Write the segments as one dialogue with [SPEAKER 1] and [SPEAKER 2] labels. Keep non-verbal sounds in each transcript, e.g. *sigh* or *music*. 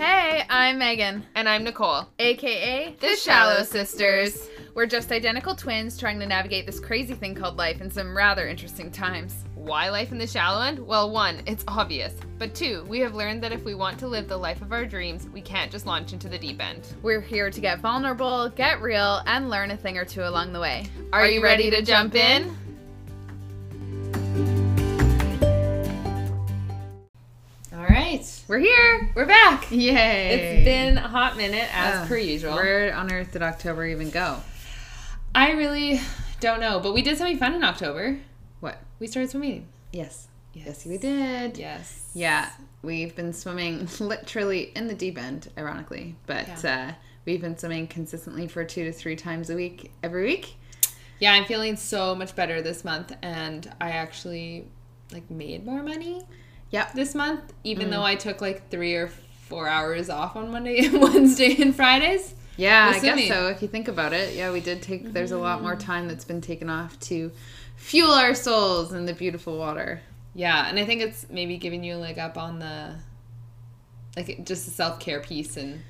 [SPEAKER 1] I'm Megan,
[SPEAKER 2] And I'm Nicole.
[SPEAKER 1] aka
[SPEAKER 2] The Shallow Sisters.
[SPEAKER 1] We're just identical twins trying to navigate this crazy thing called life in some rather interesting times.
[SPEAKER 2] Why life in the shallow end? Well, one, it's obvious. But two, we have learned that if we want to live the life of our dreams, we can't just launch into the deep end.
[SPEAKER 1] We're here to get vulnerable, get real, and learn a thing or two along the way.
[SPEAKER 2] Are, you ready, to jump in? All right.
[SPEAKER 1] We're here. We're back. Yay.
[SPEAKER 2] It's been a hot minute as
[SPEAKER 1] Oh,
[SPEAKER 2] per usual.
[SPEAKER 1] Where on earth did October even go?
[SPEAKER 2] I really don't know, but we did something fun in October.
[SPEAKER 1] What?
[SPEAKER 2] We started swimming.
[SPEAKER 1] Yes. Yes, we did.
[SPEAKER 2] Yes.
[SPEAKER 1] Yeah, we've been swimming *laughs* literally in the deep end, ironically, but uh, we've been swimming consistently for two to three times a week every week.
[SPEAKER 2] Yeah, I'm feeling so much better this month and I actually like made more money.
[SPEAKER 1] Yep. Mm.
[SPEAKER 2] This month, even though I took like 3 or 4 hours off on Monday *laughs* and Wednesday and Fridays.
[SPEAKER 1] Yeah,
[SPEAKER 2] With
[SPEAKER 1] I guess
[SPEAKER 2] swimming.
[SPEAKER 1] so. If you think about it, yeah, we did take. There's a lot
[SPEAKER 2] Mm-hmm.
[SPEAKER 1] more time that's been taken off to fuel our souls in the beautiful water.
[SPEAKER 2] Yeah, and I think it's maybe giving you a leg up on the like it- just the self-care piece and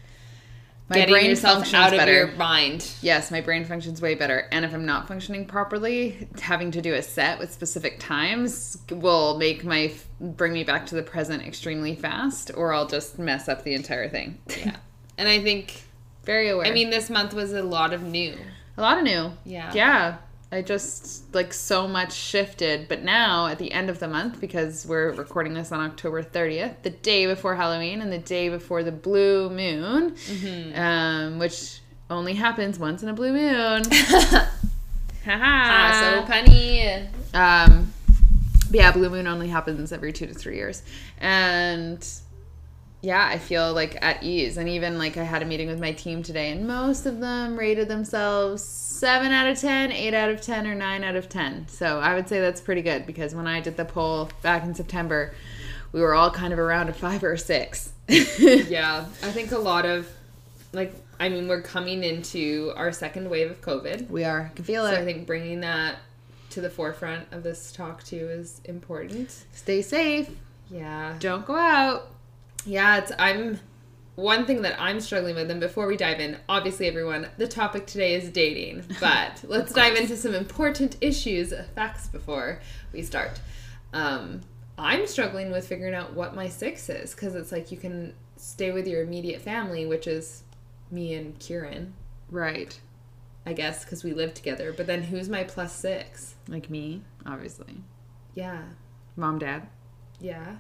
[SPEAKER 1] My
[SPEAKER 2] getting
[SPEAKER 1] brain
[SPEAKER 2] yourself
[SPEAKER 1] functions
[SPEAKER 2] out of
[SPEAKER 1] better.
[SPEAKER 2] your mind.
[SPEAKER 1] Yes, my brain functions way better. And if I'm not functioning properly, having to do a set with specific times will make my bring me back to the present extremely fast, or I'll just mess up the entire thing.
[SPEAKER 2] Yeah. And I think
[SPEAKER 1] *laughs* Very aware.
[SPEAKER 2] I mean this month was a lot of new.
[SPEAKER 1] a lot of new.
[SPEAKER 2] Yeah.
[SPEAKER 1] Yeah. I just like so much shifted, but now at the end of the month, because we're recording this on October 30th, the day before Halloween and the day before the blue moon,
[SPEAKER 2] Mm-hmm.
[SPEAKER 1] um, which only happens once in a blue moon.
[SPEAKER 2] *laughs* Ah,
[SPEAKER 1] Haha.
[SPEAKER 2] so punny.
[SPEAKER 1] Um, but yeah, blue moon only happens every two to three years, and yeah, I feel like at ease. And even like I had a meeting with my team today, and most of them rated themselves seven out of ten, eight out of ten, or nine out of ten. So I would say that's pretty good because when I did the poll back in September, we were all kind of around a five or a six. *laughs*
[SPEAKER 2] Yeah, I think a lot of, like, I mean, we're coming into our second wave of COVID.
[SPEAKER 1] We are. I can feel
[SPEAKER 2] So I
[SPEAKER 1] it.
[SPEAKER 2] think bringing that to the forefront of this talk, too, is important.
[SPEAKER 1] Stay safe.
[SPEAKER 2] Yeah.
[SPEAKER 1] Don't go out.
[SPEAKER 2] Yeah, it's, I'm, one thing that I'm struggling with, and before we dive in, obviously, everyone, the topic today is dating, but let's dive into some important issues, facts before we start. Um, I'm struggling with figuring out what my six is because it's like you can stay with your immediate family, which is me and Kieran,
[SPEAKER 1] Right.
[SPEAKER 2] I guess, because we live together. But then who's my plus six?
[SPEAKER 1] Like me, obviously.
[SPEAKER 2] Yeah.
[SPEAKER 1] Mom, dad.
[SPEAKER 2] Yeah.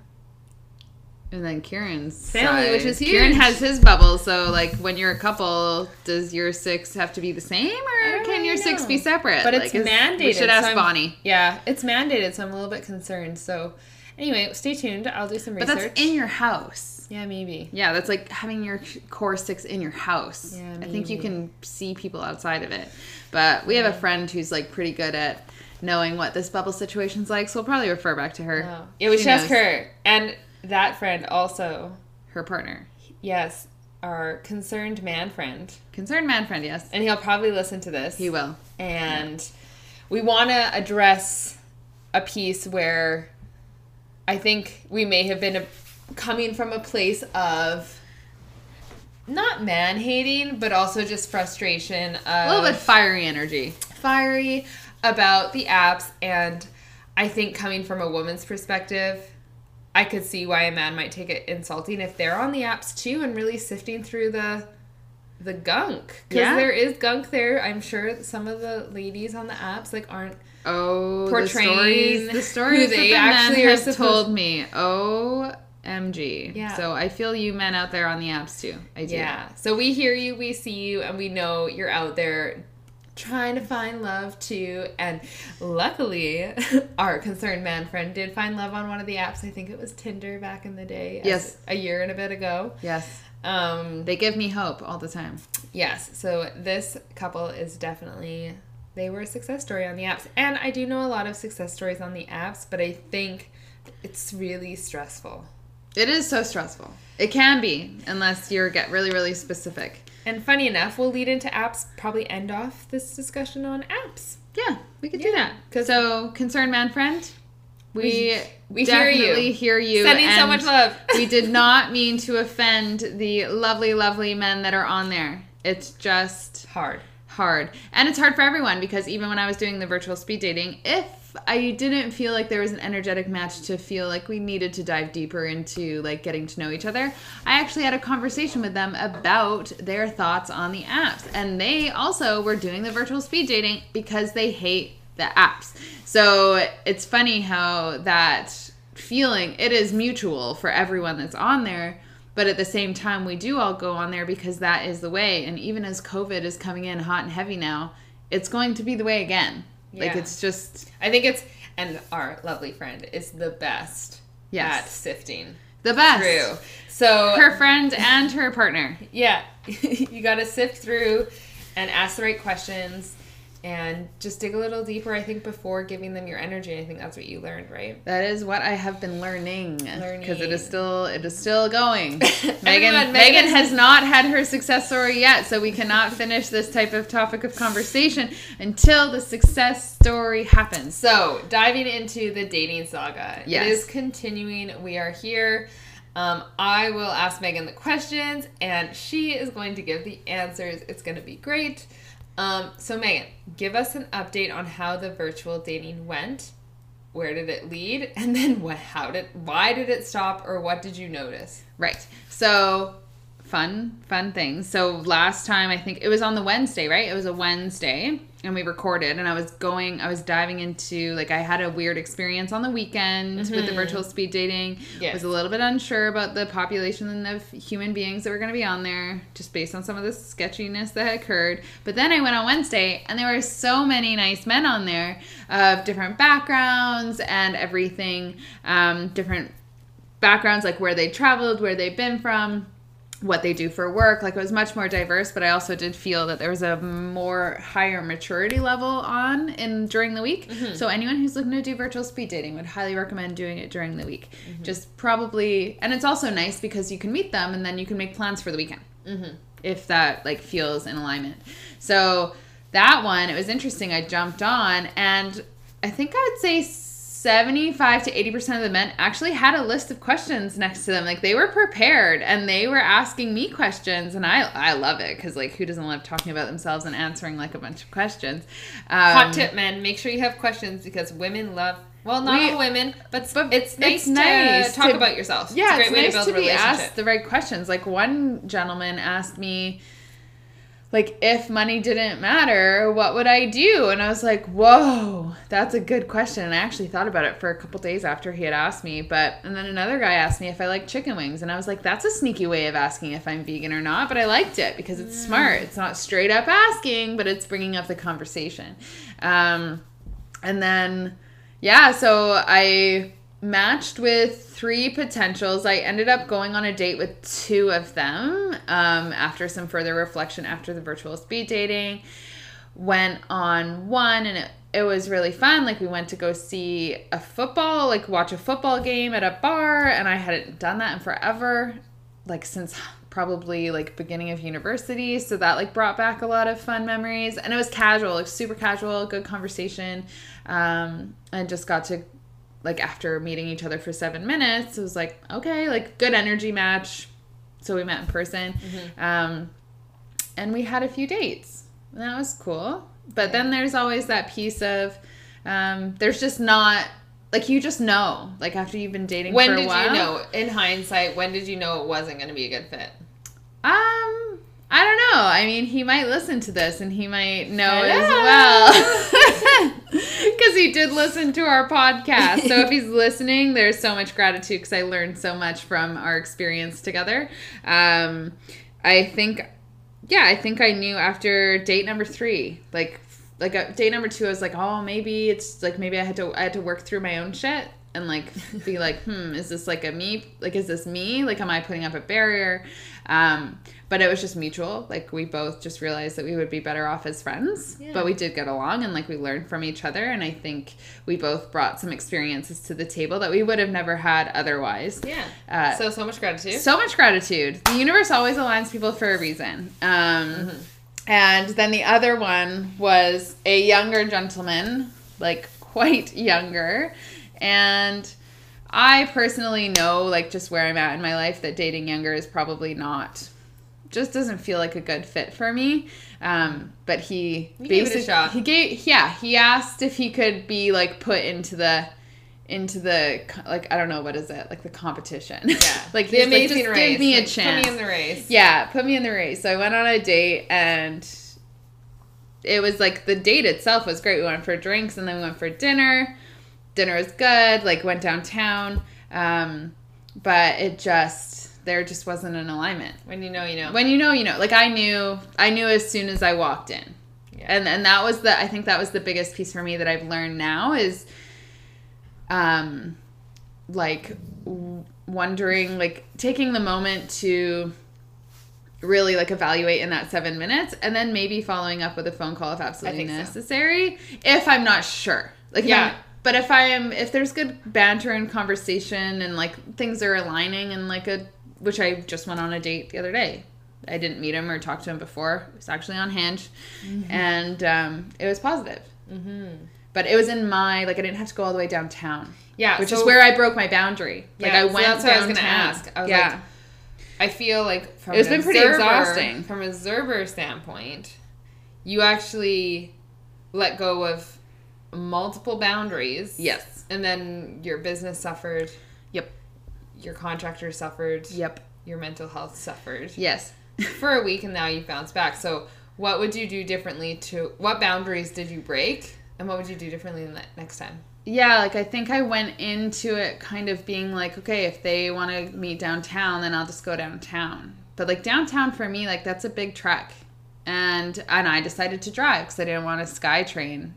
[SPEAKER 1] And then Kieran's
[SPEAKER 2] Family,
[SPEAKER 1] side.
[SPEAKER 2] which is
[SPEAKER 1] Kieran
[SPEAKER 2] huge.
[SPEAKER 1] has his bubble, so like when you're a couple, does your six have to be the same, or
[SPEAKER 2] don't
[SPEAKER 1] can your
[SPEAKER 2] really
[SPEAKER 1] six
[SPEAKER 2] know.
[SPEAKER 1] be separate?
[SPEAKER 2] But
[SPEAKER 1] Like,
[SPEAKER 2] it's
[SPEAKER 1] is-
[SPEAKER 2] mandated.
[SPEAKER 1] We should
[SPEAKER 2] so
[SPEAKER 1] ask
[SPEAKER 2] I'm-
[SPEAKER 1] Bonnie.
[SPEAKER 2] Yeah, it's mandated, so I'm a little bit concerned. So, anyway, stay tuned. I'll do some
[SPEAKER 1] But
[SPEAKER 2] research.
[SPEAKER 1] that's in your house.
[SPEAKER 2] yeah, maybe.
[SPEAKER 1] Yeah, that's like having your core six in your house.
[SPEAKER 2] Yeah,
[SPEAKER 1] I think you
[SPEAKER 2] maybe.
[SPEAKER 1] can see people outside of it. But we have a friend who's like pretty good at knowing what this bubble situation's like, so we'll probably refer back to her.
[SPEAKER 2] Oh. Yeah, we
[SPEAKER 1] She
[SPEAKER 2] should ask
[SPEAKER 1] knows.
[SPEAKER 2] her. And that friend also,
[SPEAKER 1] Her partner,
[SPEAKER 2] yes, our concerned man friend.
[SPEAKER 1] concerned man friend. Yes,
[SPEAKER 2] And he'll probably listen to this.
[SPEAKER 1] he will.
[SPEAKER 2] And we want to address a piece where I think we may have been a, coming from a place of not man hating, but also just frustration of
[SPEAKER 1] A little bit fiery energy.
[SPEAKER 2] fiery about the apps and i think coming from a woman's perspective i could see why a man might take it insulting if they're on the apps too and really sifting through the the gunk because
[SPEAKER 1] Yeah.
[SPEAKER 2] there is gunk there i'm sure some of the ladies on the apps like aren't
[SPEAKER 1] Oh, the
[SPEAKER 2] portraying
[SPEAKER 1] stories,
[SPEAKER 2] who
[SPEAKER 1] the stories
[SPEAKER 2] they
[SPEAKER 1] that the
[SPEAKER 2] actually
[SPEAKER 1] men
[SPEAKER 2] are
[SPEAKER 1] have
[SPEAKER 2] supposed-
[SPEAKER 1] told me. OMG.
[SPEAKER 2] Yeah.
[SPEAKER 1] So I feel you men out there on the apps too. I do.
[SPEAKER 2] yeah so we hear you we see you and we know you're out there trying to find love too and luckily *laughs* our concerned man friend did find love on one of the apps i think it was tinder back in the day as-
[SPEAKER 1] Yes.
[SPEAKER 2] a year and a bit ago
[SPEAKER 1] Yes.
[SPEAKER 2] Um,
[SPEAKER 1] They give me hope all the time.
[SPEAKER 2] yes, so this couple is definitely they were a success story on the apps. And I do know a lot of success stories on the apps, but I think it's really stressful.
[SPEAKER 1] It is so stressful. It can be unless you get really, really specific.
[SPEAKER 2] And funny enough, we'll lead into apps, probably end off this discussion on apps.
[SPEAKER 1] Yeah, we could do that. So, concerned man friend, We
[SPEAKER 2] We hear you.
[SPEAKER 1] definitely hear you.
[SPEAKER 2] Sending so
[SPEAKER 1] and
[SPEAKER 2] much *laughs* love.
[SPEAKER 1] *laughs* we did not mean to offend the lovely, lovely men that are on there. It's just
[SPEAKER 2] hard.
[SPEAKER 1] hard. And it's hard for everyone because even when I was doing the virtual speed dating, if I didn't feel like there was an energetic match to feel like we needed to dive deeper into like getting to know each other, I actually had a conversation with them about their thoughts on the apps. And they also were doing the virtual speed dating because they hate the apps. So it's funny how that feeling it is mutual for everyone that's on there but at the same time, we do all go on there because that is the way. And even as COVID is coming in hot and heavy now, it's going to be the way again. Like
[SPEAKER 2] Yeah.
[SPEAKER 1] it's just
[SPEAKER 2] I think it's and our lovely friend is the best
[SPEAKER 1] Yes.
[SPEAKER 2] at sifting
[SPEAKER 1] the best.
[SPEAKER 2] through. So
[SPEAKER 1] Her friend and her partner.
[SPEAKER 2] yeah, *laughs* you got to sift through and ask the right questions and just dig a little deeper. I think before giving them your energy, I think that's what you learned, right?
[SPEAKER 1] That is what I have been learning because it
[SPEAKER 2] Learning.
[SPEAKER 1] is still it is still
[SPEAKER 2] *laughs*
[SPEAKER 1] going.
[SPEAKER 2] Everyone,
[SPEAKER 1] Megan
[SPEAKER 2] Megan
[SPEAKER 1] Megan
[SPEAKER 2] is-
[SPEAKER 1] has not had her success story yet, so we cannot finish this type of topic of conversation until the success story happens.
[SPEAKER 2] So, diving into the dating saga.
[SPEAKER 1] Yes.
[SPEAKER 2] It is continuing. We are here. Um, I will ask Megan the questions, and she is going to give the answers. It's going to be great. Um, so, Megan, give us an update on how the virtual dating went. Where did it lead? *laughs* And then what, how did, why did it stop or what did you notice?
[SPEAKER 1] Right. So fun, fun things. So last time I think it was on the Wednesday, right? It was a Wednesday and we recorded and I was going I was diving into like I had a weird experience on the weekend with the virtual speed dating.
[SPEAKER 2] Yes.
[SPEAKER 1] Was a little bit unsure about the population of human beings that were gonna be on there, just based on some of the sketchiness that occurred. But then I went on Wednesday and there were so many nice men on there of different backgrounds and everything, um, different backgrounds like where they traveled, where they've been from, what they do for work. Like it was much more diverse, but I also did feel that there was a more higher maturity level on in during the week. So anyone who's looking to do virtual speed dating would highly recommend doing it during the week. Just probably and it's also nice because you can meet them and then you can make plans for the weekend. If that like feels in alignment. So that one, it was interesting. I jumped on and I think I would say 75 to 80% of the men actually had a list of questions next to them. Like they were prepared and they were asking me questions. And I, I love it because, like, who doesn't love talking about themselves and answering like a bunch of questions? Um,
[SPEAKER 2] Hot tip, men, make sure you have questions because women love, well, not
[SPEAKER 1] We-
[SPEAKER 2] all women, but,
[SPEAKER 1] but
[SPEAKER 2] it's nice,
[SPEAKER 1] it's nice
[SPEAKER 2] to talk
[SPEAKER 1] to-
[SPEAKER 2] about yourself.
[SPEAKER 1] Yeah,
[SPEAKER 2] it's a
[SPEAKER 1] it's,
[SPEAKER 2] great way
[SPEAKER 1] nice
[SPEAKER 2] to build
[SPEAKER 1] to,
[SPEAKER 2] a
[SPEAKER 1] be
[SPEAKER 2] relationship.
[SPEAKER 1] asked the right questions. Like one gentleman asked me, like, if money didn't matter, what would I do? And I was like, whoa, that's a good question. And I actually thought about it for a couple days after he had asked me. But and then another guy asked me if I like chicken wings, and I was like, that's a sneaky way of asking if I'm vegan or not. But I liked it because it's
[SPEAKER 2] Mm.
[SPEAKER 1] smart. It's not straight up asking, but it's bringing up the conversation. Um, and then, yeah, so I matched with three potentials. I ended up going on a date with two of them um, after some further reflection after the virtual speed dating. Went on one and it, it was really fun. Like, we went to go see a football, like, watch a football game at a bar, and I hadn't done that in forever, like, since probably like beginning of university so that like brought back a lot of fun memories and it was casual like super casual good conversation um and just got to like after meeting each other for seven minutes, it was like, okay, like good energy match. So we met in person.
[SPEAKER 2] Mm-hmm.
[SPEAKER 1] Um, and we had a few dates. And that was cool. But then there's always that piece of um, there's just not like you just know like after you've been dating
[SPEAKER 2] When
[SPEAKER 1] for a
[SPEAKER 2] did
[SPEAKER 1] while.
[SPEAKER 2] you know, in hindsight, when did you know it wasn't going to be a good fit?
[SPEAKER 1] Um, I don't know. I mean, he might listen to this and he might know as *laughs*
[SPEAKER 2] Hello.
[SPEAKER 1] well. Because he did listen to our podcast. So if he's listening, there's so much gratitude because I learned so much from our experience together. Um, I think, yeah, I think I knew after date number three, like, like uh, date number two, I was like, oh, maybe it's like maybe I had to I had to work through my own shit and like
[SPEAKER 2] *laughs*
[SPEAKER 1] be like, hmm, is this like a me? Like, is this me? Like, am I putting up a barrier? Um, but it was just mutual. Like, we both just realized that we would be better off as friends.
[SPEAKER 2] Yeah.
[SPEAKER 1] But we did get along and like we learned from each other. And I think we both brought some experiences to the table that we would have never had otherwise.
[SPEAKER 2] Yeah.
[SPEAKER 1] Uh,
[SPEAKER 2] so so much gratitude.
[SPEAKER 1] So much gratitude. The universe always aligns people for a reason. Um,
[SPEAKER 2] Mm-hmm.
[SPEAKER 1] And then the other one was a younger gentleman, like quite younger. And I personally know, like, just where I'm at in my life, that dating younger is probably not, just doesn't feel like a good fit for me. Um, but he
[SPEAKER 2] You gave it a
[SPEAKER 1] basic-
[SPEAKER 2] shot.
[SPEAKER 1] He gave, yeah, he asked if he could be like put into the, into the co- like I don't know what is it like the competition.
[SPEAKER 2] Yeah.
[SPEAKER 1] *laughs* like
[SPEAKER 2] the
[SPEAKER 1] he's like,
[SPEAKER 2] amazing
[SPEAKER 1] just
[SPEAKER 2] race.
[SPEAKER 1] give me a
[SPEAKER 2] Like,
[SPEAKER 1] chance.
[SPEAKER 2] Put me in the race.
[SPEAKER 1] Yeah, put me in the race. So I went on a date and it was like the date itself was great. We went for drinks and then we went for dinner. Dinner was good, like went downtown. Um, but it just there just wasn't an alignment.
[SPEAKER 2] When you know, you know.
[SPEAKER 1] When you know, you know. Like I knew I knew as soon as I walked in.
[SPEAKER 2] Yeah.
[SPEAKER 1] And and that was the I think that was the biggest piece for me that I've learned now is um like w- wondering like taking the moment to really like evaluate in that 7 minutes and then maybe following up with a phone call if absolutely
[SPEAKER 2] think so.
[SPEAKER 1] necessary if I'm not sure. Like if
[SPEAKER 2] Yeah.
[SPEAKER 1] I'm- but if I am if there's good banter and conversation and like things are aligning and like a which I just went on a date the other day. I didn't meet him or talk to him before. It was actually on Hinge,
[SPEAKER 2] Mm-hmm.
[SPEAKER 1] and um, it was positive. But it was in my like I didn't have to go all the way downtown,
[SPEAKER 2] yeah.
[SPEAKER 1] which is
[SPEAKER 2] Uh, so
[SPEAKER 1] where I broke my boundary. Like
[SPEAKER 2] Yeah,
[SPEAKER 1] I
[SPEAKER 2] so
[SPEAKER 1] went.
[SPEAKER 2] that's what I was
[SPEAKER 1] downtown.
[SPEAKER 2] gonna ask. I was like, I feel like from
[SPEAKER 1] It's
[SPEAKER 2] an
[SPEAKER 1] been pretty
[SPEAKER 2] observer-
[SPEAKER 1] exhausting.
[SPEAKER 2] From an observer standpoint, you actually let go of multiple boundaries.
[SPEAKER 1] Yes.
[SPEAKER 2] And then your business suffered,
[SPEAKER 1] yep,
[SPEAKER 2] your contractor suffered,
[SPEAKER 1] yep,
[SPEAKER 2] your mental health suffered
[SPEAKER 1] yes.
[SPEAKER 2] for a week, and now you bounced back. So, what would you do differently to what boundaries did you break, and what would you do differently the next time?
[SPEAKER 1] Yeah, like I think I went into it kind of being like, okay, if they want to meet downtown, then I'll just go downtown. But like downtown for me, like that's a big trek, and and I decided to drive because I didn't want to SkyTrain.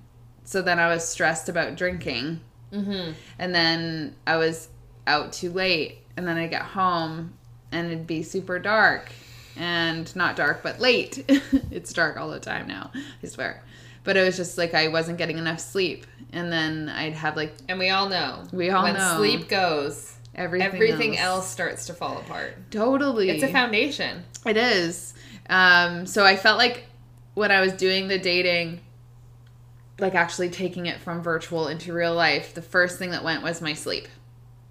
[SPEAKER 1] So then I was stressed about drinking,
[SPEAKER 2] Mm-hmm.
[SPEAKER 1] and then I was out too late, and then I get home and it'd be super dark, and not dark but late. *laughs* it's dark all the time now, I swear. But it was just like I wasn't getting enough sleep, and then I'd have like
[SPEAKER 2] And we all know
[SPEAKER 1] We all
[SPEAKER 2] when
[SPEAKER 1] know.
[SPEAKER 2] sleep goes,
[SPEAKER 1] everything,
[SPEAKER 2] everything, else. starts to fall apart.
[SPEAKER 1] Totally,
[SPEAKER 2] It's a foundation.
[SPEAKER 1] It is. Um, so I felt like when I was doing the dating, like actually taking it from virtual into real life, the first thing that went was my sleep.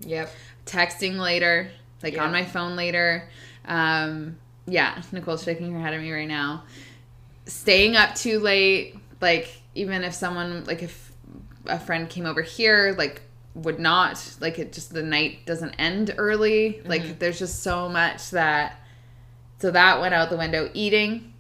[SPEAKER 2] Yep.
[SPEAKER 1] texting later, like
[SPEAKER 2] Yeah.
[SPEAKER 1] on my phone later. Um, yeah, Nicole's shaking her head at me right now. Staying up too late, like even if someone, like if a friend came over here, like would not, like it just the night doesn't end early. Like there's just so much that. So that went out the window. Eating,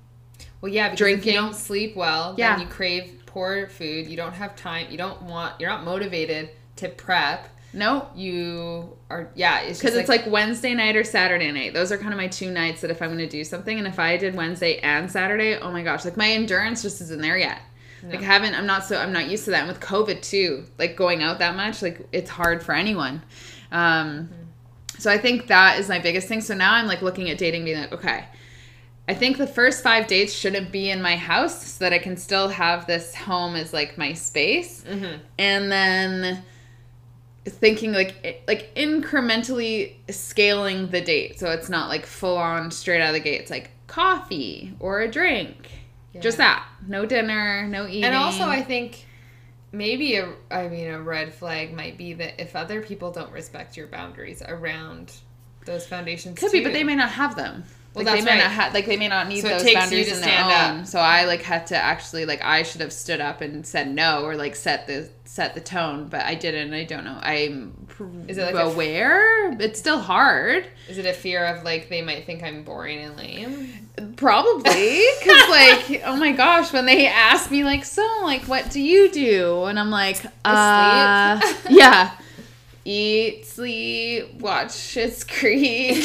[SPEAKER 2] Well, yeah, because if
[SPEAKER 1] Drinking.
[SPEAKER 2] you don't sleep well,
[SPEAKER 1] Yeah.
[SPEAKER 2] then you crave poor food. You don't have time. You don't want. You're not motivated to prep.
[SPEAKER 1] no,
[SPEAKER 2] You are. Yeah, it's
[SPEAKER 1] because
[SPEAKER 2] just
[SPEAKER 1] it's like Wednesday night or Saturday night. Those are kind of my two nights that if I'm going to do something, and if I did Wednesday and Saturday, oh my gosh, like my endurance just isn't there yet. Like I haven't, I'm not so, I'm not used to that. And with COVID too, like going out that much, like it's hard for anyone. Um, So I think that is my biggest thing. So now I'm like looking at dating, being like, okay, I think the first five dates shouldn't be in my house so that I can still have this home as like my space.
[SPEAKER 2] mm-hmm.
[SPEAKER 1] And then thinking like i- like incrementally scaling the date so it's not like full on straight out of the gate it's like coffee or a drink just
[SPEAKER 2] Yeah.
[SPEAKER 1] that no dinner no eating
[SPEAKER 2] And also, I think maybe a. I mean, a red flag might be that if other people don't respect your boundaries around those foundations,
[SPEAKER 1] could be but they may not have them
[SPEAKER 2] Well,
[SPEAKER 1] like, they
[SPEAKER 2] that's
[SPEAKER 1] may not
[SPEAKER 2] right.
[SPEAKER 1] have like they may not need
[SPEAKER 2] So it
[SPEAKER 1] those
[SPEAKER 2] takes you
[SPEAKER 1] boundaries
[SPEAKER 2] to
[SPEAKER 1] in their
[SPEAKER 2] stand
[SPEAKER 1] own so i like had to actually like i should have stood up and said no or like set the set the tone but i didn't i don't know i'm
[SPEAKER 2] Is it like a-
[SPEAKER 1] aware it's still hard
[SPEAKER 2] Is it a fear of like they might think I'm boring and lame?
[SPEAKER 1] Probably, because like, oh my gosh, when they ask me like, so like, what do you do? And I'm like, uh, yeah, eat, sleep, watch Schitt's Creek.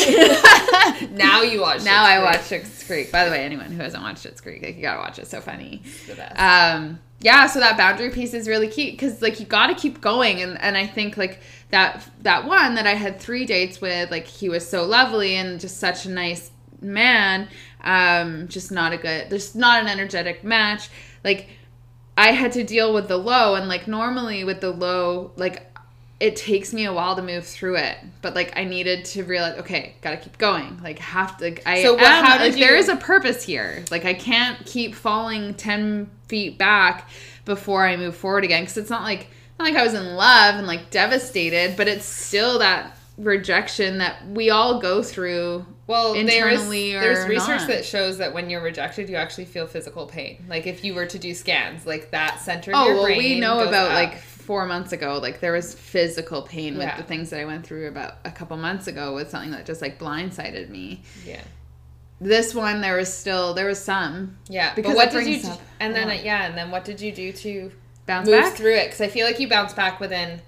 [SPEAKER 2] Now you
[SPEAKER 1] *laughs*
[SPEAKER 2] watch.
[SPEAKER 1] now I
[SPEAKER 2] Shakespeare.
[SPEAKER 1] watch Schitt's Creek. By the way, anyone who hasn't watched Schitt's Creek, like, you gotta watch it. It's so funny.
[SPEAKER 2] The best.
[SPEAKER 1] Um, yeah, so that boundary piece is really key because like you got to keep going, and and I think like that that one that I had three dates with, like he was so lovely and just such a nice man, um, just not a good, there's not an energetic match, like. I had to deal with the low and like normally with the low like it takes me a while to move through it but like I needed to realize okay gotta keep going like have to like, I
[SPEAKER 2] So what-
[SPEAKER 1] am-
[SPEAKER 2] how did
[SPEAKER 1] like there
[SPEAKER 2] you-
[SPEAKER 1] is a purpose here like I can't keep falling 10 feet back before I move forward again because it's not like not like I was in love and like devastated, but it's still that rejection that we all go through.
[SPEAKER 2] Well, there's,
[SPEAKER 1] Internally or
[SPEAKER 2] there's research
[SPEAKER 1] not.
[SPEAKER 2] that shows that when you're rejected, you actually feel physical pain. Like if you were to do scans, like that center. Of
[SPEAKER 1] Oh
[SPEAKER 2] your
[SPEAKER 1] well, we
[SPEAKER 2] brain
[SPEAKER 1] know
[SPEAKER 2] goes
[SPEAKER 1] about
[SPEAKER 2] up.
[SPEAKER 1] like four months ago. Like there was physical pain with
[SPEAKER 2] Yeah.
[SPEAKER 1] the things that I went through about a couple months ago with something that just like blindsided me.
[SPEAKER 2] yeah,
[SPEAKER 1] This one, there was still there was some
[SPEAKER 2] yeah.
[SPEAKER 1] Because
[SPEAKER 2] but what
[SPEAKER 1] it
[SPEAKER 2] did you?
[SPEAKER 1] brings
[SPEAKER 2] do-
[SPEAKER 1] up
[SPEAKER 2] and
[SPEAKER 1] a
[SPEAKER 2] then
[SPEAKER 1] lot.
[SPEAKER 2] uh, yeah, and then what did you do to
[SPEAKER 1] bounce
[SPEAKER 2] move
[SPEAKER 1] back.
[SPEAKER 2] through it? Because I feel like you bounce back within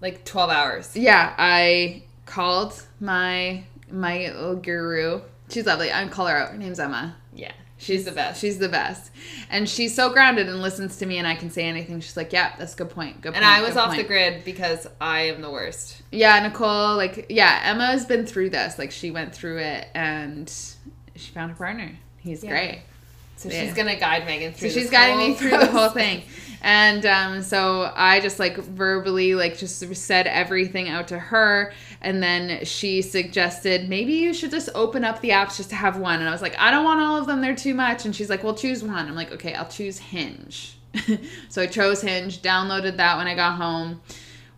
[SPEAKER 2] like 12 hours.
[SPEAKER 1] Yeah, I called my my little guru. She's lovely. I call her out. Her name's Emma.
[SPEAKER 2] Yeah, she's the best.
[SPEAKER 1] She's the best. And she's so grounded and listens to me and I can say anything. She's like, Yeah, that's a good point. Good point.
[SPEAKER 2] and I was
[SPEAKER 1] good
[SPEAKER 2] off
[SPEAKER 1] point."
[SPEAKER 2] the grid because I am the worst.
[SPEAKER 1] Yeah, Nicole, like yeah, Emma's been through this. Like she went through it and she found a partner. He's
[SPEAKER 2] Yeah.
[SPEAKER 1] great.
[SPEAKER 2] So
[SPEAKER 1] Yeah.
[SPEAKER 2] she's gonna guide Megan
[SPEAKER 1] So
[SPEAKER 2] through.
[SPEAKER 1] she's
[SPEAKER 2] this
[SPEAKER 1] guiding me
[SPEAKER 2] whole
[SPEAKER 1] through the whole
[SPEAKER 2] *laughs* process.
[SPEAKER 1] thing. And um, so I just like verbally like just said everything out to her, and then she suggested maybe you should just open up the apps just to have one. And I was like, I don't want all of them; they're too much. And she's like, Well, choose one. I'm like, Okay, I'll choose Hinge. *laughs* so I chose Hinge, downloaded that when I got home,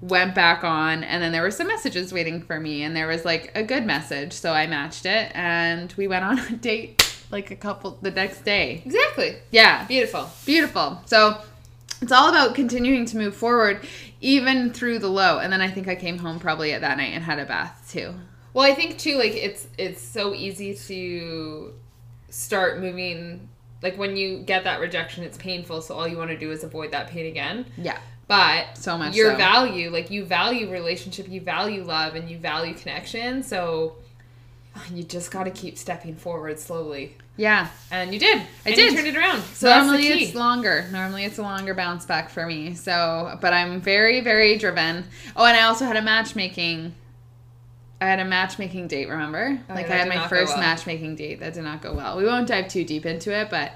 [SPEAKER 1] went back on, and then there were some messages waiting for me, and there was like a good message, so I matched it, and we went on a *laughs* date like a couple the next day.
[SPEAKER 2] Exactly.
[SPEAKER 1] Yeah,
[SPEAKER 2] Beautiful.
[SPEAKER 1] beautiful. So it's all about continuing to move forward, even through the low. And then I think I came home probably at that night and had a bath too.
[SPEAKER 2] Well, I think too, like it's it's so easy to start moving. Like when you get that rejection, it's painful. So all you want to do is avoid that pain again.
[SPEAKER 1] Yeah.
[SPEAKER 2] But
[SPEAKER 1] So much
[SPEAKER 2] your
[SPEAKER 1] so.
[SPEAKER 2] value, like you value relationship, you value love, and you value connection. So you just got to keep stepping forward slowly,
[SPEAKER 1] Yeah.
[SPEAKER 2] and you did. I
[SPEAKER 1] did.
[SPEAKER 2] You turned it around. So
[SPEAKER 1] So normally
[SPEAKER 2] that's the key.
[SPEAKER 1] it's longer. Normally it's a longer bounce back for me. So, but I'm very, very driven. Oh, and I also had a matchmaking. I had a matchmaking date. Remember,
[SPEAKER 2] Oh,
[SPEAKER 1] like
[SPEAKER 2] that
[SPEAKER 1] I had
[SPEAKER 2] did
[SPEAKER 1] my
[SPEAKER 2] not go
[SPEAKER 1] first
[SPEAKER 2] well.
[SPEAKER 1] matchmaking date that did not go well. We won't dive too deep into it, but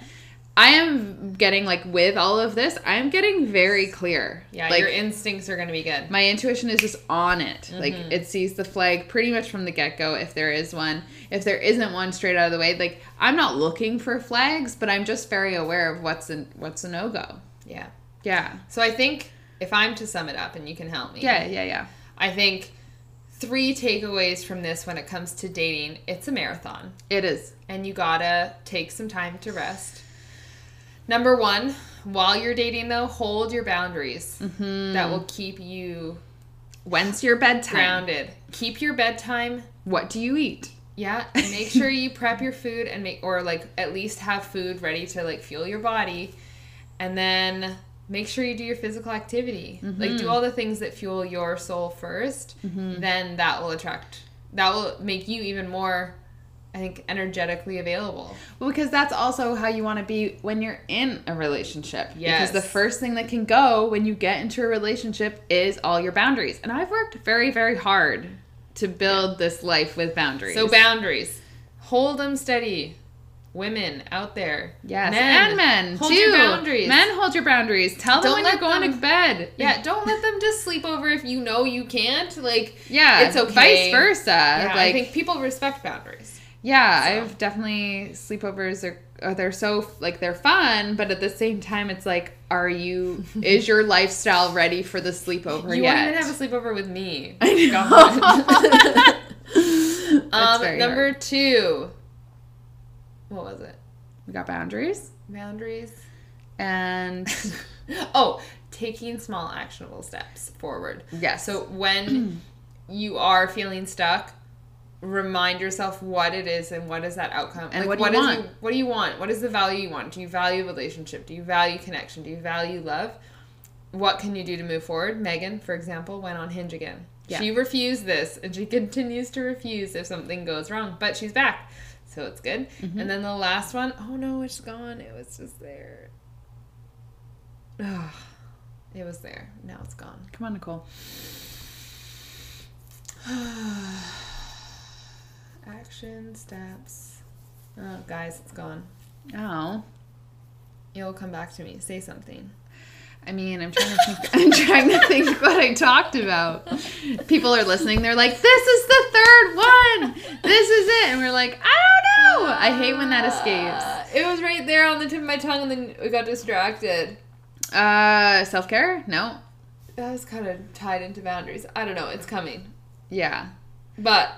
[SPEAKER 1] I am getting like with all of this, I am getting very clear.
[SPEAKER 2] yeah,
[SPEAKER 1] like
[SPEAKER 2] your instincts are going to be good.
[SPEAKER 1] my intuition is just on it. Like
[SPEAKER 2] Mm-hmm.
[SPEAKER 1] it sees the flag pretty much from the get go if there is one. If there isn't one straight out of the way, like I'm not looking for flags, but I'm just very aware of what's a what's a no go.
[SPEAKER 2] Yeah.
[SPEAKER 1] Yeah.
[SPEAKER 2] So I think if I'm to sum it up, and you can help me.
[SPEAKER 1] Yeah, yeah, yeah.
[SPEAKER 2] I think three takeaways from this when it comes to dating it's a marathon,
[SPEAKER 1] It is.
[SPEAKER 2] and you gotta take some time to rest. Number one, while you're dating, though, hold your boundaries. That will keep you
[SPEAKER 1] Mm-hmm. When's your bedtime?
[SPEAKER 2] grounded. Keep your bedtime.
[SPEAKER 1] What do you eat?
[SPEAKER 2] Yeah, and make sure you prep your food and make, or like at least have food ready to like fuel your body. And then make sure you do your physical activity. Like do all the things that fuel your soul 1st Then that will attract, that will make you even more, I think, energetically available.
[SPEAKER 1] Well, because that's also how you want to be when you're in a relationship.
[SPEAKER 2] Yes.
[SPEAKER 1] Because the first thing that can go when you get into a relationship is all your boundaries. And I've worked very, very hard to build this life with boundaries.
[SPEAKER 2] So boundaries, hold them steady. Women out there,
[SPEAKER 1] Yes,
[SPEAKER 2] Men,
[SPEAKER 1] and men
[SPEAKER 2] hold
[SPEAKER 1] too.
[SPEAKER 2] your boundaries.
[SPEAKER 1] Men hold your boundaries. Tell them
[SPEAKER 2] Don't
[SPEAKER 1] when
[SPEAKER 2] let
[SPEAKER 1] you're going
[SPEAKER 2] them-
[SPEAKER 1] to
[SPEAKER 2] *laughs*
[SPEAKER 1] bed.
[SPEAKER 2] Yeah, don't let them just sleep over if you know you can't. Like,
[SPEAKER 1] yeah.
[SPEAKER 2] it's okay.
[SPEAKER 1] Vice versa.
[SPEAKER 2] yeah,
[SPEAKER 1] like,
[SPEAKER 2] I think people respect boundaries.
[SPEAKER 1] yeah,
[SPEAKER 2] so.
[SPEAKER 1] I've definitely sleepovers are. are they're so like they're fun, but at the same time, it's like, are
[SPEAKER 2] *laughs*
[SPEAKER 1] you? is your lifestyle ready for the sleepover
[SPEAKER 2] You
[SPEAKER 1] yet? *laughs*
[SPEAKER 2] won't even have a sleepover with me.
[SPEAKER 1] I
[SPEAKER 2] God.
[SPEAKER 1] know. *laughs* That's
[SPEAKER 2] um,
[SPEAKER 1] very
[SPEAKER 2] number
[SPEAKER 1] hard.
[SPEAKER 2] two. What was it?
[SPEAKER 1] we got boundaries *laughs*
[SPEAKER 2] Boundaries. *laughs*
[SPEAKER 1] and
[SPEAKER 2] oh, taking small actionable steps forward.
[SPEAKER 1] yes.
[SPEAKER 2] So
[SPEAKER 1] *clears throat*
[SPEAKER 2] when you are feeling stuck, remind yourself what it is and what is that outcome.
[SPEAKER 1] And what do you
[SPEAKER 2] is
[SPEAKER 1] want?
[SPEAKER 2] what do you want? What is the value you want? Do you value relationship? Do you value connection? Do you value love? What can you do to move forward? Megan, for example, went on Hinge again.
[SPEAKER 1] Yeah.
[SPEAKER 2] She refused this and she *laughs* continues to refuse if something goes wrong, but she's back. So it's good.
[SPEAKER 1] Mm-hmm.
[SPEAKER 2] And then the last one, oh no, it's gone. It was just there. Ugh. It was there. Now it's gone.
[SPEAKER 1] come on, Nicole.
[SPEAKER 2] *sighs* Action steps. Oh, guys, it's gone.
[SPEAKER 1] Oh.
[SPEAKER 2] It'll come back to me. Say something.
[SPEAKER 1] I mean, I'm trying to think. *laughs* I'm trying to think what I talked about. People are listening. They're like, "This is the third one. This is it." And we're like, "I don't know." Oh, I hate when that escapes.
[SPEAKER 2] Uh, it was right there on the tip of my tongue, and then it got distracted.
[SPEAKER 1] Uh, self care? No.
[SPEAKER 2] that was kind of tied into boundaries. I don't know. It's coming,
[SPEAKER 1] Yeah.
[SPEAKER 2] but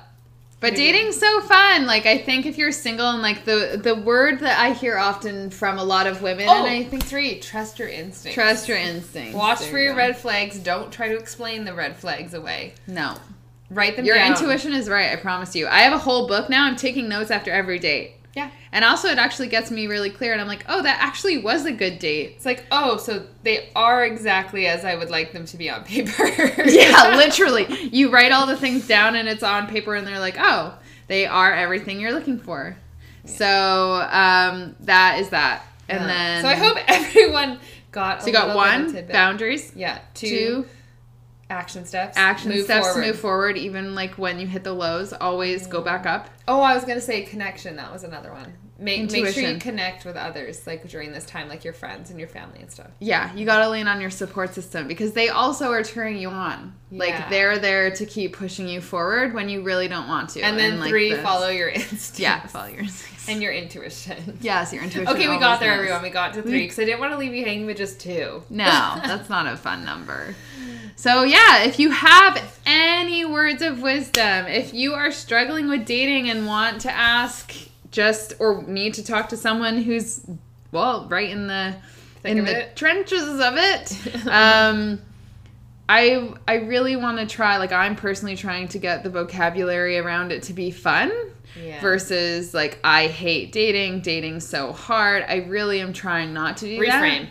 [SPEAKER 1] But
[SPEAKER 2] Maybe.
[SPEAKER 1] dating's so fun. Like I think if you're single and like the the word that I hear often from a lot of women
[SPEAKER 2] oh,
[SPEAKER 1] and I think
[SPEAKER 2] three. Trust your instincts.
[SPEAKER 1] trust your instincts.
[SPEAKER 2] Watch
[SPEAKER 1] There
[SPEAKER 2] for
[SPEAKER 1] you
[SPEAKER 2] your
[SPEAKER 1] go.
[SPEAKER 2] red flags. Don't try to explain the red flags away.
[SPEAKER 1] No.
[SPEAKER 2] Write them
[SPEAKER 1] Your
[SPEAKER 2] down.
[SPEAKER 1] intuition is right, I promise you. I have a whole book now. I'm taking notes after every date.
[SPEAKER 2] Yeah.
[SPEAKER 1] And also it actually gets me really clear and I'm like, "Oh, that actually was a good date."
[SPEAKER 2] *laughs* It's like, oh, so they are exactly as I would like them to be on paper.
[SPEAKER 1] *laughs* Yeah, literally. You write all the things down and it's on paper and they're like, "Oh, they are everything you're looking for." So, um that is that. And
[SPEAKER 2] Yeah.
[SPEAKER 1] then
[SPEAKER 2] Uh, So I hope *laughs* everyone got.
[SPEAKER 1] So
[SPEAKER 2] a
[SPEAKER 1] you got
[SPEAKER 2] little bit of
[SPEAKER 1] one
[SPEAKER 2] tidbit.
[SPEAKER 1] boundaries,
[SPEAKER 2] Yeah. Two,
[SPEAKER 1] two
[SPEAKER 2] action steps.
[SPEAKER 1] action steps
[SPEAKER 2] forward.
[SPEAKER 1] to move forward. Even like when you hit the lows, always go back up.
[SPEAKER 2] Oh, I was gonna say connection. That was another one. Make, make sure you
[SPEAKER 1] Intuition.
[SPEAKER 2] connect with others, like during this time, like your friends and your family and stuff.
[SPEAKER 1] Yeah, you gotta lean on your support system because they also are cheering you on.
[SPEAKER 2] Yeah.
[SPEAKER 1] Like they're there to keep pushing you forward when you really don't want to.
[SPEAKER 2] And then
[SPEAKER 1] like,
[SPEAKER 2] three,
[SPEAKER 1] the-
[SPEAKER 2] follow your *laughs* instincts.
[SPEAKER 1] Yeah, follow your instincts.
[SPEAKER 2] And your intuition.
[SPEAKER 1] yes, your *laughs* intuition.
[SPEAKER 2] Okay, we
[SPEAKER 1] always
[SPEAKER 2] got there,
[SPEAKER 1] knows.
[SPEAKER 2] everyone. We got to three because I didn't want to leave you hanging with just two.
[SPEAKER 1] No,
[SPEAKER 2] *laughs*
[SPEAKER 1] that's not a fun number. So, yeah, if you have any words of wisdom, if you are struggling with dating and want to ask just or need to talk to someone who's well, right in the
[SPEAKER 2] Thick
[SPEAKER 1] in
[SPEAKER 2] of
[SPEAKER 1] the
[SPEAKER 2] it.
[SPEAKER 1] trenches of
[SPEAKER 2] *laughs*
[SPEAKER 1] it, um I I really want to try like I'm personally trying to get the vocabulary around it to be fun
[SPEAKER 2] Yeah.
[SPEAKER 1] versus like I hate dating, dating's so hard. I really am trying not to do that
[SPEAKER 2] reframe.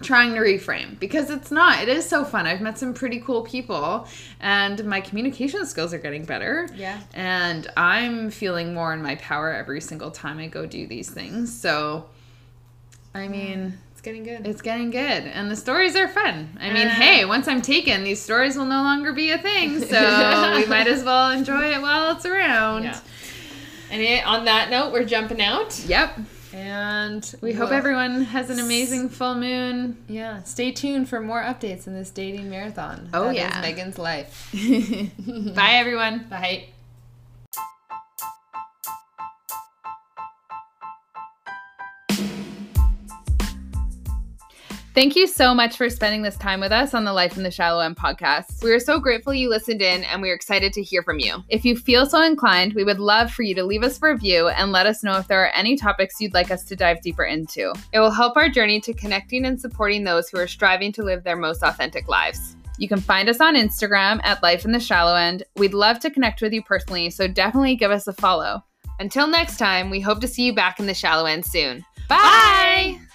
[SPEAKER 1] trying to reframe because it's not it is so fun i've met some pretty cool people and my communication skills are getting better
[SPEAKER 2] Yeah.
[SPEAKER 1] and i'm feeling more in my power every single time i go do these things so i mean
[SPEAKER 2] It's getting good.
[SPEAKER 1] it's getting good and the stories are fun i mean
[SPEAKER 2] Uh.
[SPEAKER 1] hey once i'm taken these stories will no longer be a thing so
[SPEAKER 2] *laughs*
[SPEAKER 1] we might as well enjoy it while it's around
[SPEAKER 2] Yeah. And it, on that note, we're jumping out.
[SPEAKER 1] yep
[SPEAKER 2] And
[SPEAKER 1] we hope
[SPEAKER 2] we'll-
[SPEAKER 1] everyone has an amazing full moon
[SPEAKER 2] *laughs* Yeah. Stay tuned for more updates in this dating marathon.
[SPEAKER 1] Oh,
[SPEAKER 2] That is
[SPEAKER 1] yeah.
[SPEAKER 2] Megan's life.
[SPEAKER 1] bye everyone
[SPEAKER 2] Bye.
[SPEAKER 1] Thank you so much for spending this time with us on the Life in the Shallow End podcast. We are so grateful you listened in and we are excited to hear from you. If you feel so inclined, we would love for you to leave us a review and let us know if there are any topics you'd like us to dive deeper into. It will help our journey to connecting and supporting those who are striving to live their most authentic lives. You can find us on Instagram at Life in the Shallow End. We'd love to connect with you personally, so definitely give us a follow. Until next time, we hope to see you back in the shallow end soon. *laughs* Bye!
[SPEAKER 2] Bye.